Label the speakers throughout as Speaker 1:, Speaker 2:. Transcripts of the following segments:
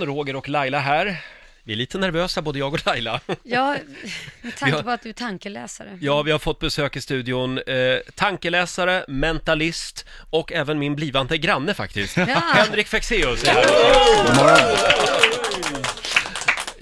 Speaker 1: Roger och Laila här. Vi är lite nervösa, både jag och Laila.
Speaker 2: Ja, med
Speaker 1: Ja.
Speaker 2: tanke på att du är tankeläsare.
Speaker 1: Ja, vi har fått besök i studion. Eh, tankeläsare, mentalist och även min blivande granne faktiskt. Henrik Fexeus är här.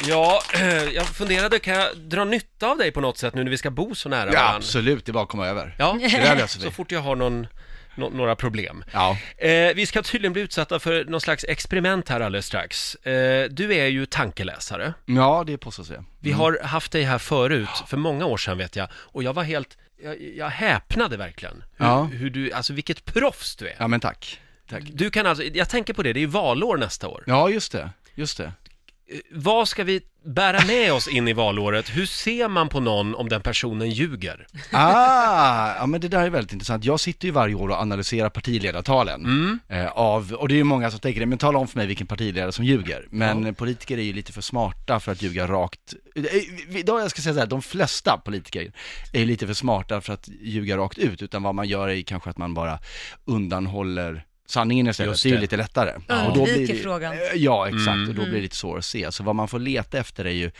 Speaker 1: Ja, eh, jag funderade, kan jag dra nytta av dig på något sätt nu när vi ska bo så nära
Speaker 3: Ja,
Speaker 1: varandra?
Speaker 3: absolut, det är bara att komma över.
Speaker 1: Ja,
Speaker 3: Det där löser vi.
Speaker 1: så fort jag har någon, nå- några problem.
Speaker 3: Ja.
Speaker 1: Eh, vi ska tydligen bli utsatta för någon slags experiment här alldeles strax. Eh, du är ju tankeläsare.
Speaker 3: ja, det påstås det.
Speaker 1: Vi har haft dig här förut, för många år sedan vet jag, och jag var helt, jag, jag häpnade verkligen. Hur,
Speaker 3: Ja.
Speaker 1: hur du, alltså vilket proffs du är.
Speaker 3: Ja, men tack. tack.
Speaker 1: Du kan alltså, jag tänker på det, det är ju valår nästa år. Eh,
Speaker 3: Ja, just det. Just det.
Speaker 1: Vad ska vi bära med oss in i valåret? Hur ser man på någon om den personen ljuger?
Speaker 3: Ah, ja men det där är väldigt intressant. Jag sitter ju varje år och analyserar partiledartalen.
Speaker 1: Mm.
Speaker 3: Eh, av, och det är ju många som tänker det, men tala om för mig vilken partiledare som ljuger. Men eh, politiker är ju lite för smarta för att ljuga rakt. Eh, vi- Då jag ska säga så här, de flesta politiker är ju lite för smarta för att ljuga rakt ut, utan vad man gör är ju kanske att man bara undanhåller sanningen istället.
Speaker 1: Just
Speaker 3: Det är ju
Speaker 1: det. Mm.
Speaker 3: lite lättare.
Speaker 2: Ja.
Speaker 3: Och då
Speaker 2: Undviker
Speaker 3: blir det-
Speaker 2: frågan.
Speaker 3: Eh, Ja, exakt. Och då blir det lite svårt att se. Så vad man får leta efter är ju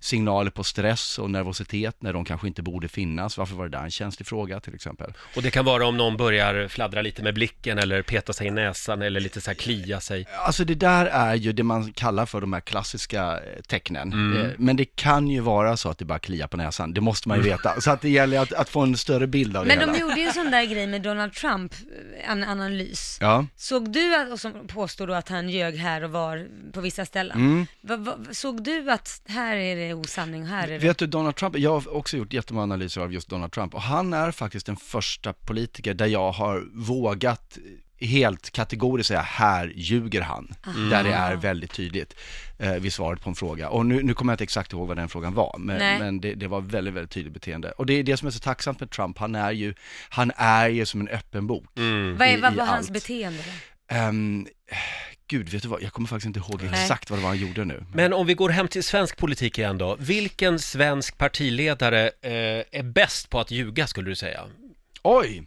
Speaker 3: signaler på stress och nervositet när de kanske inte borde finnas. Varför var det där en känslig fråga till exempel?
Speaker 1: Och det kan vara om någon börjar fladdra lite med blicken eller peta sig i näsan eller lite så här klia sig.
Speaker 3: Alltså det där är ju det man kallar för de här klassiska eh, tecknen. Eh, Men det kan ju vara så att det bara kliar på näsan. Det måste man ju veta. Så att det gäller att, att få en större bild av det
Speaker 2: Men
Speaker 3: hela.
Speaker 2: de gjorde ju en sån där grej med Donald Trump, en analys.
Speaker 3: Ja.
Speaker 2: Såg du, att, och som påstår då att han ljög här och var på vissa ställen.
Speaker 1: Mm.
Speaker 2: Va, va, såg du att här är det osanning, här är det...
Speaker 3: Vet du, Donald Trump, jag har också gjort jättemånga analyser av just Donald Trump och han är faktiskt den första politiker där jag har vågat helt kategoriskt säga här ljuger han.
Speaker 2: Mm.
Speaker 3: Där
Speaker 2: Ah.
Speaker 3: det är väldigt tydligt eh, vid svaret på en fråga. Och nu, nu kommer jag inte exakt ihåg vad den frågan var,
Speaker 2: Nej.
Speaker 3: men, men det, det var väldigt, väldigt tydligt beteende. Och det är det som är så tacksamt med Trump, han är ju, han är ju som en öppen bok.
Speaker 1: Mm.
Speaker 2: Vad, är,
Speaker 3: i-
Speaker 2: vad
Speaker 3: i
Speaker 2: var hans
Speaker 3: allt.
Speaker 2: beteende då?
Speaker 3: Ehm, gud, vet du vad, jag kommer faktiskt inte ihåg exakt vad det var han gjorde nu.
Speaker 1: Men om vi går hem till svensk politik igen då. Vilken svensk partiledare eh, är bäst på att ljuga skulle du säga?
Speaker 3: Oj!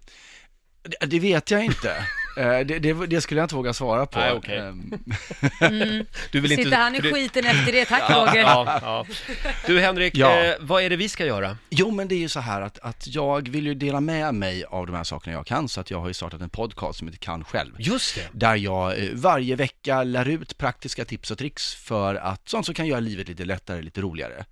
Speaker 3: Det, det vet jag inte. Eh, det, det, det skulle jag inte våga svara på.
Speaker 1: Nej, okej.
Speaker 3: Ehm,
Speaker 1: Du vill
Speaker 2: Sitter han i
Speaker 1: för det-
Speaker 2: skiten efter det? Tack
Speaker 1: Ja,
Speaker 2: Roger.
Speaker 1: ja, ja. Du Henrik,
Speaker 3: Ja.
Speaker 1: eh, vad är det vi ska göra?
Speaker 3: Jo, men det är ju så här att, att jag vill ju dela med mig av de här sakerna jag kan, så att jag har ju startat en podcast som heter Kan själv.
Speaker 1: Just det.
Speaker 3: Där jag eh, varje vecka lär ut praktiska tips och tricks för att sånt som kan göra livet lite lättare, lite roligare.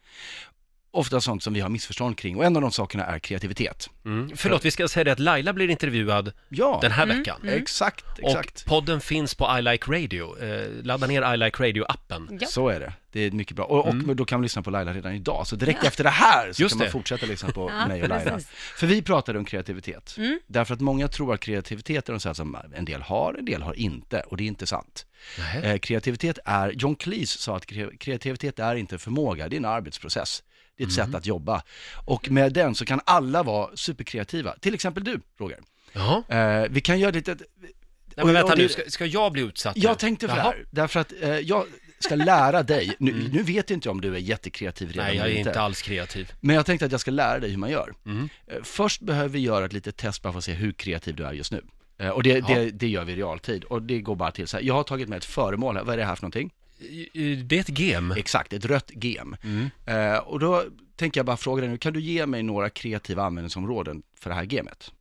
Speaker 3: Ofta sånt som vi har missförstånd kring och en av de sakerna är kreativitet.
Speaker 1: Mm. Förlåt, vi ska säga det att Laila blir intervjuad
Speaker 3: Ja,
Speaker 1: den här Mm. veckan.
Speaker 3: exakt, exakt.
Speaker 1: Och podden finns på I Like Radio. Eh, ladda ner I Like Radio-appen.
Speaker 2: Ja.
Speaker 3: Så är det. Det är mycket bra. Och, och då kan man lyssna på Laila redan idag. Så direkt efter det här så
Speaker 1: Mm. Just
Speaker 3: kan
Speaker 1: det.
Speaker 3: man fortsätta lyssna på
Speaker 2: Ja,
Speaker 3: mig och Laila.
Speaker 2: precis.
Speaker 3: För vi pratade om kreativitet.
Speaker 1: Mm.
Speaker 3: Därför att många tror att kreativitet är något så här som en del har, en del har inte. Och det är inte sant.
Speaker 1: Nähä.
Speaker 3: Eh, kreativitet är, John Cleese sa att kre- kreativitet är inte en förmåga, det är en arbetsprocess. Det är
Speaker 1: Mm.
Speaker 3: ett sätt att jobba. Och med den så kan alla vara superkreativa. Till exempel du, Roger.
Speaker 1: Jaha.
Speaker 3: Eh, vi kan göra ett litet...
Speaker 1: Nej, men
Speaker 3: och-
Speaker 1: vänta
Speaker 3: och det-
Speaker 1: nu, ska, ska jag bli utsatt? nu?
Speaker 3: jag tänkte på det
Speaker 1: Jaha. Mm.
Speaker 3: här, därför att eh, jag ska lära dig, nu, nu vet inte jag om du är jättekreativ redan
Speaker 1: Nej, jag är
Speaker 3: eller
Speaker 1: inte Mm. alls kreativ.
Speaker 3: men jag tänkte att jag ska lära dig hur man gör. Eh, Först behöver vi göra ett litet test bara för att se hur kreativ du är just nu. Eh, Och det, det, det gör vi i realtid. Och det går bara till så här. Jag har tagit med ett föremål här. Vad är det här för någonting?
Speaker 1: I- i- Det är ett gem.
Speaker 3: Exakt, ett rött gem.
Speaker 1: Mm.
Speaker 3: Eh, och då tänker jag bara fråga dig nu, kan du ge mig några kreativa användningsområden för det här gemet?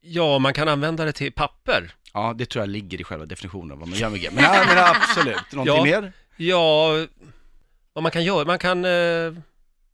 Speaker 1: Ja, man kan använda det till papper.
Speaker 3: Ja, det tror jag ligger i själva definitionen av vad man gör med gem. Men, ja, men absolut, någonting
Speaker 1: Ja.
Speaker 3: mer?
Speaker 1: Ja, vad man kan göra, man kan... Eh,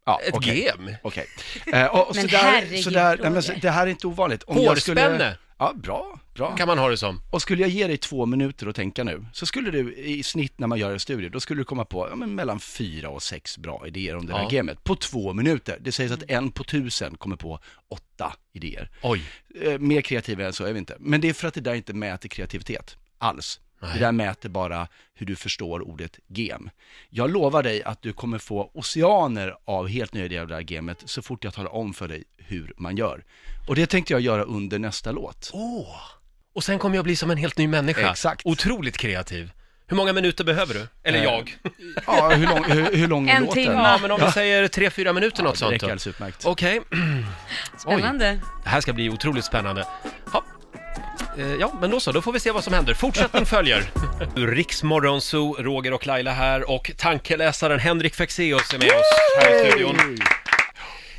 Speaker 3: Ja,
Speaker 1: ett
Speaker 3: okej.
Speaker 1: gem.
Speaker 3: Okej. Eh, och, och
Speaker 2: Men
Speaker 3: sådär,
Speaker 2: herregud,
Speaker 3: sådär, nej, men,
Speaker 2: Roger.
Speaker 3: det här är inte ovanligt. Om
Speaker 1: Hårspänne.
Speaker 3: Ja, bra, bra.
Speaker 1: kan man ha det som.
Speaker 3: Och skulle jag ge dig två minuter att tänka nu, så skulle du i snitt när man gör en studie, då skulle du komma på ja, men mellan fyra och sex bra idéer om det
Speaker 1: Ja.
Speaker 3: där gamet på två minuter. Det sägs att en på tusen kommer på åtta idéer.
Speaker 1: Oj.
Speaker 3: Eh, mer kreativa än så är vi inte. Men det är för att det där inte mäter kreativitet alls.
Speaker 1: Nej.
Speaker 3: Det där mäter bara hur du förstår ordet gem. Jag lovar dig att du kommer få oceaner av helt nya idéer av det här gemet så fort jag talar om för dig hur man gör. Och det tänkte jag göra under nästa låt.
Speaker 1: Åh! Och sen kommer jag bli som en helt ny människa.
Speaker 3: Exakt.
Speaker 1: Otroligt kreativ. Hur många minuter behöver du? Eller
Speaker 3: Eh,
Speaker 1: jag?
Speaker 3: Ja, hur lång, hur, hur lång är
Speaker 2: En
Speaker 3: låten?
Speaker 2: timme.
Speaker 1: Ja, men om vi säger tre, fyra minuter, något
Speaker 3: Det
Speaker 1: sånt då.
Speaker 3: räcker alldeles utmärkt.
Speaker 1: Okej,
Speaker 2: Spännande.
Speaker 1: det här ska bli otroligt spännande. Ja. Eh, ja, men då så, då får vi se vad som händer. Fortsättning följer. Riksmorgonzoo, Roger och Laila här och tankeläsaren Henrik Fexeus är med oss här i studion.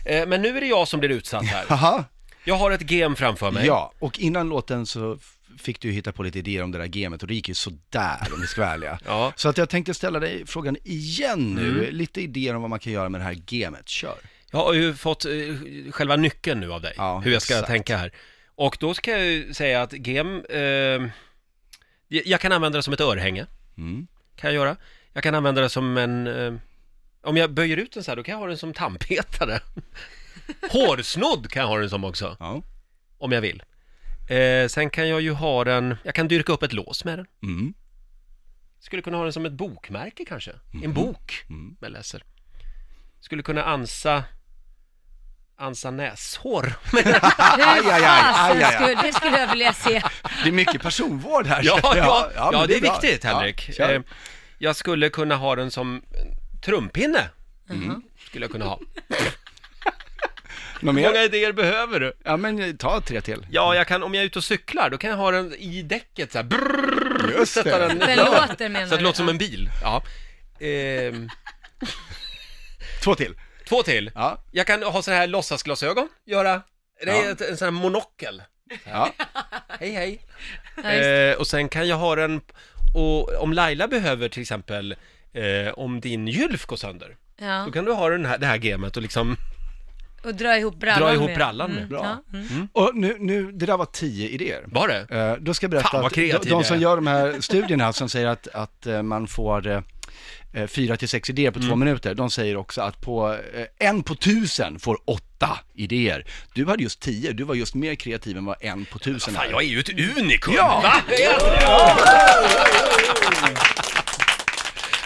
Speaker 1: Eh, men nu är det jag som blir utsatt här.
Speaker 3: Haha.
Speaker 1: Jag har ett gem framför mig.
Speaker 3: Ja, och innan låten så f- fick du hitta på lite idéer om det där gemet och det gick ju sådär om vi ska vara ärliga.
Speaker 1: Ja. Mm.
Speaker 3: Så att jag tänkte ställa dig frågan igen nu, lite idéer om vad man kan göra med det här gemet. Kör!
Speaker 1: Jag har ju fått eh, själva nyckeln nu av dig,
Speaker 3: Ja,
Speaker 1: hur jag ska
Speaker 3: exakt.
Speaker 1: tänka här. Och då ska jag ju säga att gem, eh, jag- jag kan använda det som ett örhänge,
Speaker 3: Mm.
Speaker 1: kan jag göra. Jag kan använda det som en, eh, om jag böjer ut den så här, då kan jag ha den som tandpetare. Hårsnodd kan jag ha den som också,
Speaker 3: Ja.
Speaker 1: om jag vill. Eh, sen kan jag ju ha den, jag kan dyrka upp ett lås med den.
Speaker 3: Mm.
Speaker 1: Skulle kunna ha den som ett bokmärke kanske, en bok
Speaker 3: Mm.
Speaker 1: jag läser. Skulle kunna ansa, ansa näshår.
Speaker 3: Aj, aj, aj, aj, aj, aj.
Speaker 2: Skulle, det skulle jag vilja se.
Speaker 3: Det är mycket personvård här.
Speaker 1: Ja, ja,
Speaker 3: känner jag.
Speaker 1: ja,
Speaker 3: men
Speaker 1: det är
Speaker 3: bra.
Speaker 1: viktigt Henrik.
Speaker 3: Ja,
Speaker 1: Eh,
Speaker 3: kör.
Speaker 1: jag skulle kunna ha den som en trumpinne.
Speaker 3: Mm.
Speaker 2: Mhm.
Speaker 1: Skulle jag kunna ha.
Speaker 3: Någon
Speaker 1: Hur många
Speaker 3: mer?
Speaker 1: idéer behöver du?
Speaker 3: Ja, men eh, ta tre till.
Speaker 1: Ja, jag kan, om jag är ute och cyklar, då kan jag ha den i däcket så här. Brrrr,
Speaker 3: Just
Speaker 1: sätta
Speaker 3: det.
Speaker 1: Den,
Speaker 2: Den
Speaker 1: ja,
Speaker 2: låter menar
Speaker 1: så att det
Speaker 2: du?
Speaker 1: låter som
Speaker 2: Ja.
Speaker 1: en bil. Ja. Ehm,
Speaker 3: Två till.
Speaker 1: två till.
Speaker 3: Ja,
Speaker 1: Jag kan ha sådana här låtsasglasögon, göra. Det är
Speaker 3: Ja.
Speaker 1: ett- en sån här monokel.
Speaker 3: ja.
Speaker 1: Hej hej.
Speaker 2: Ja, just
Speaker 1: Eh, och sen kan jag ha den, och om Laila behöver till exempel, eh, om din gylf går sönder.
Speaker 2: Ja.
Speaker 1: Då kan du ha den här, det här gemet och liksom
Speaker 2: Och dra ihop brallan
Speaker 1: dra ihop
Speaker 2: med.
Speaker 1: brallan med.
Speaker 2: Mm,
Speaker 3: Bra.
Speaker 2: ja, mm.
Speaker 3: Och nu, nu, det där var tio idéer.
Speaker 1: Var det?
Speaker 3: Eh, Då ska jag berätta
Speaker 1: Fan, vad
Speaker 3: att de,
Speaker 1: kreativ jag
Speaker 3: de
Speaker 1: är.
Speaker 3: som gör de här studierna som säger att, att eh, man får eh, eh, fyra till sex idéer på två
Speaker 1: Mm.
Speaker 3: minuter, de säger också att på eh, en på tusen får åtta idéer. Du hade just tio, du var just mer kreativ än vad en på tusen
Speaker 1: Fan,
Speaker 3: är.
Speaker 1: jag är ju ett unikum!
Speaker 3: Ja!
Speaker 1: Va?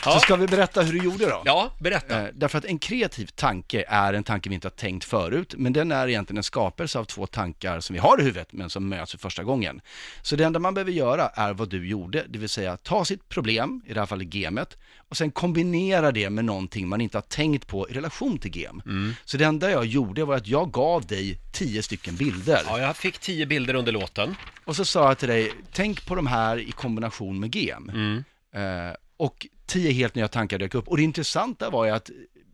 Speaker 3: Så ska vi berätta hur du gjorde då?
Speaker 1: Ja, berätta.
Speaker 3: Eh, Därför att en kreativ tanke är en tanke vi inte har tänkt förut, men den är egentligen en skapelse av två tankar som vi har i huvudet, men som möts för första gången. Så det enda man behöver göra är vad du gjorde, det vill säga ta sitt problem, i det här fallet gemet, och sen kombinera det med någonting man inte har tänkt på i relation till gem.
Speaker 1: Mm.
Speaker 3: Så det enda jag gjorde var att jag gav dig tio stycken bilder.
Speaker 1: Ja, jag fick tio bilder under låten.
Speaker 3: Och så sa jag till dig, tänk på de här i kombination med gem. Eh, och tio helt nya tankar dök upp. Och det intressanta var ju att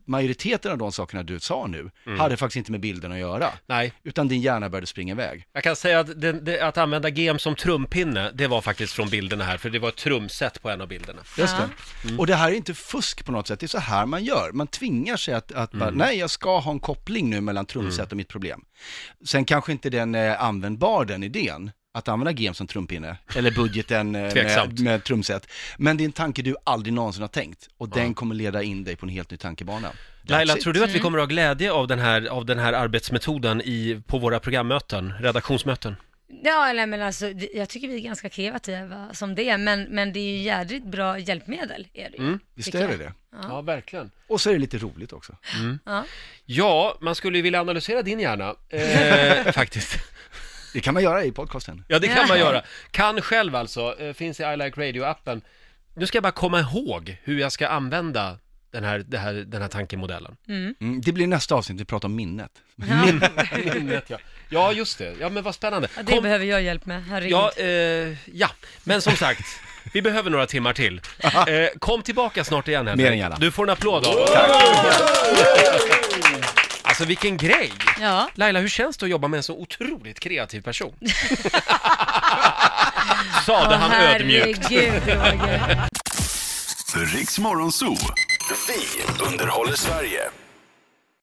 Speaker 3: majoriteten av de sakerna du sa nu hade faktiskt inte med bilden att göra.
Speaker 1: Nej,
Speaker 3: Utan din hjärna började springa iväg.
Speaker 1: jag kan säga att, det, det, att använda gem som trumpinne, det var faktiskt från bilderna här, för det var ett trumset på en av bilderna.
Speaker 3: Just
Speaker 2: Ja.
Speaker 3: det. Mm. Och det här är inte fusk på något sätt, det är så här man gör. Man tvingar sig att, att
Speaker 1: Mm.
Speaker 3: bara, nej jag ska ha en koppling nu mellan trumset och mitt problem. Sen kanske inte den är användbar den idén, att använda GM som trumpinne, eller budgeten eh,
Speaker 1: Tveksamt.
Speaker 3: med, med trumset. Men det är en tanke du aldrig någonsin har tänkt och den kommer leda in dig på en helt ny tankebana. That's
Speaker 1: Laila,
Speaker 3: it.
Speaker 1: tror du att vi kommer att ha glädje av den här, av den här arbetsmetoden i, på våra programmöten, redaktionsmöten?
Speaker 2: Ja, eller men alltså, det- jag tycker vi är ganska kreativa som det är, men, men det är ju jädrigt bra hjälpmedel. Är det
Speaker 1: Mm.
Speaker 2: ju.
Speaker 3: Visst
Speaker 2: tycker
Speaker 3: är det
Speaker 2: jag.
Speaker 3: det?
Speaker 1: Ja, verkligen.
Speaker 3: Och så är det lite roligt också.
Speaker 2: Ja.
Speaker 1: Ja, man skulle ju vilja analysera din hjärna, eh, faktiskt.
Speaker 3: Det kan man göra i podcasten.
Speaker 1: Ja, det kan man göra. Kan själv alltså, eh, finns i I Like Radio-appen. Nu ska jag bara komma ihåg hur jag ska använda den här, det här, den här tankemodellen.
Speaker 3: Mm, det blir nästa avsnitt, vi pratar om minnet.
Speaker 1: Minnet, ja. ja, just det. Ja, men vad spännande.
Speaker 2: Ja, det
Speaker 1: Kom-
Speaker 2: behöver jag hjälp med, herregud.
Speaker 1: ja, eh, ja, men som sagt, vi behöver några timmar till. Eh, kom tillbaka snart igen,
Speaker 3: Mer än gärna.
Speaker 1: Du får en applåd av oss. Alltså, vilken grej!
Speaker 2: Ja.
Speaker 1: Laila, hur känns det att jobba med en så otroligt kreativ person? Sade han ödmjukt.
Speaker 2: herregud, Roger.
Speaker 4: Riks Morgonzoo. Vi underhåller Sverige.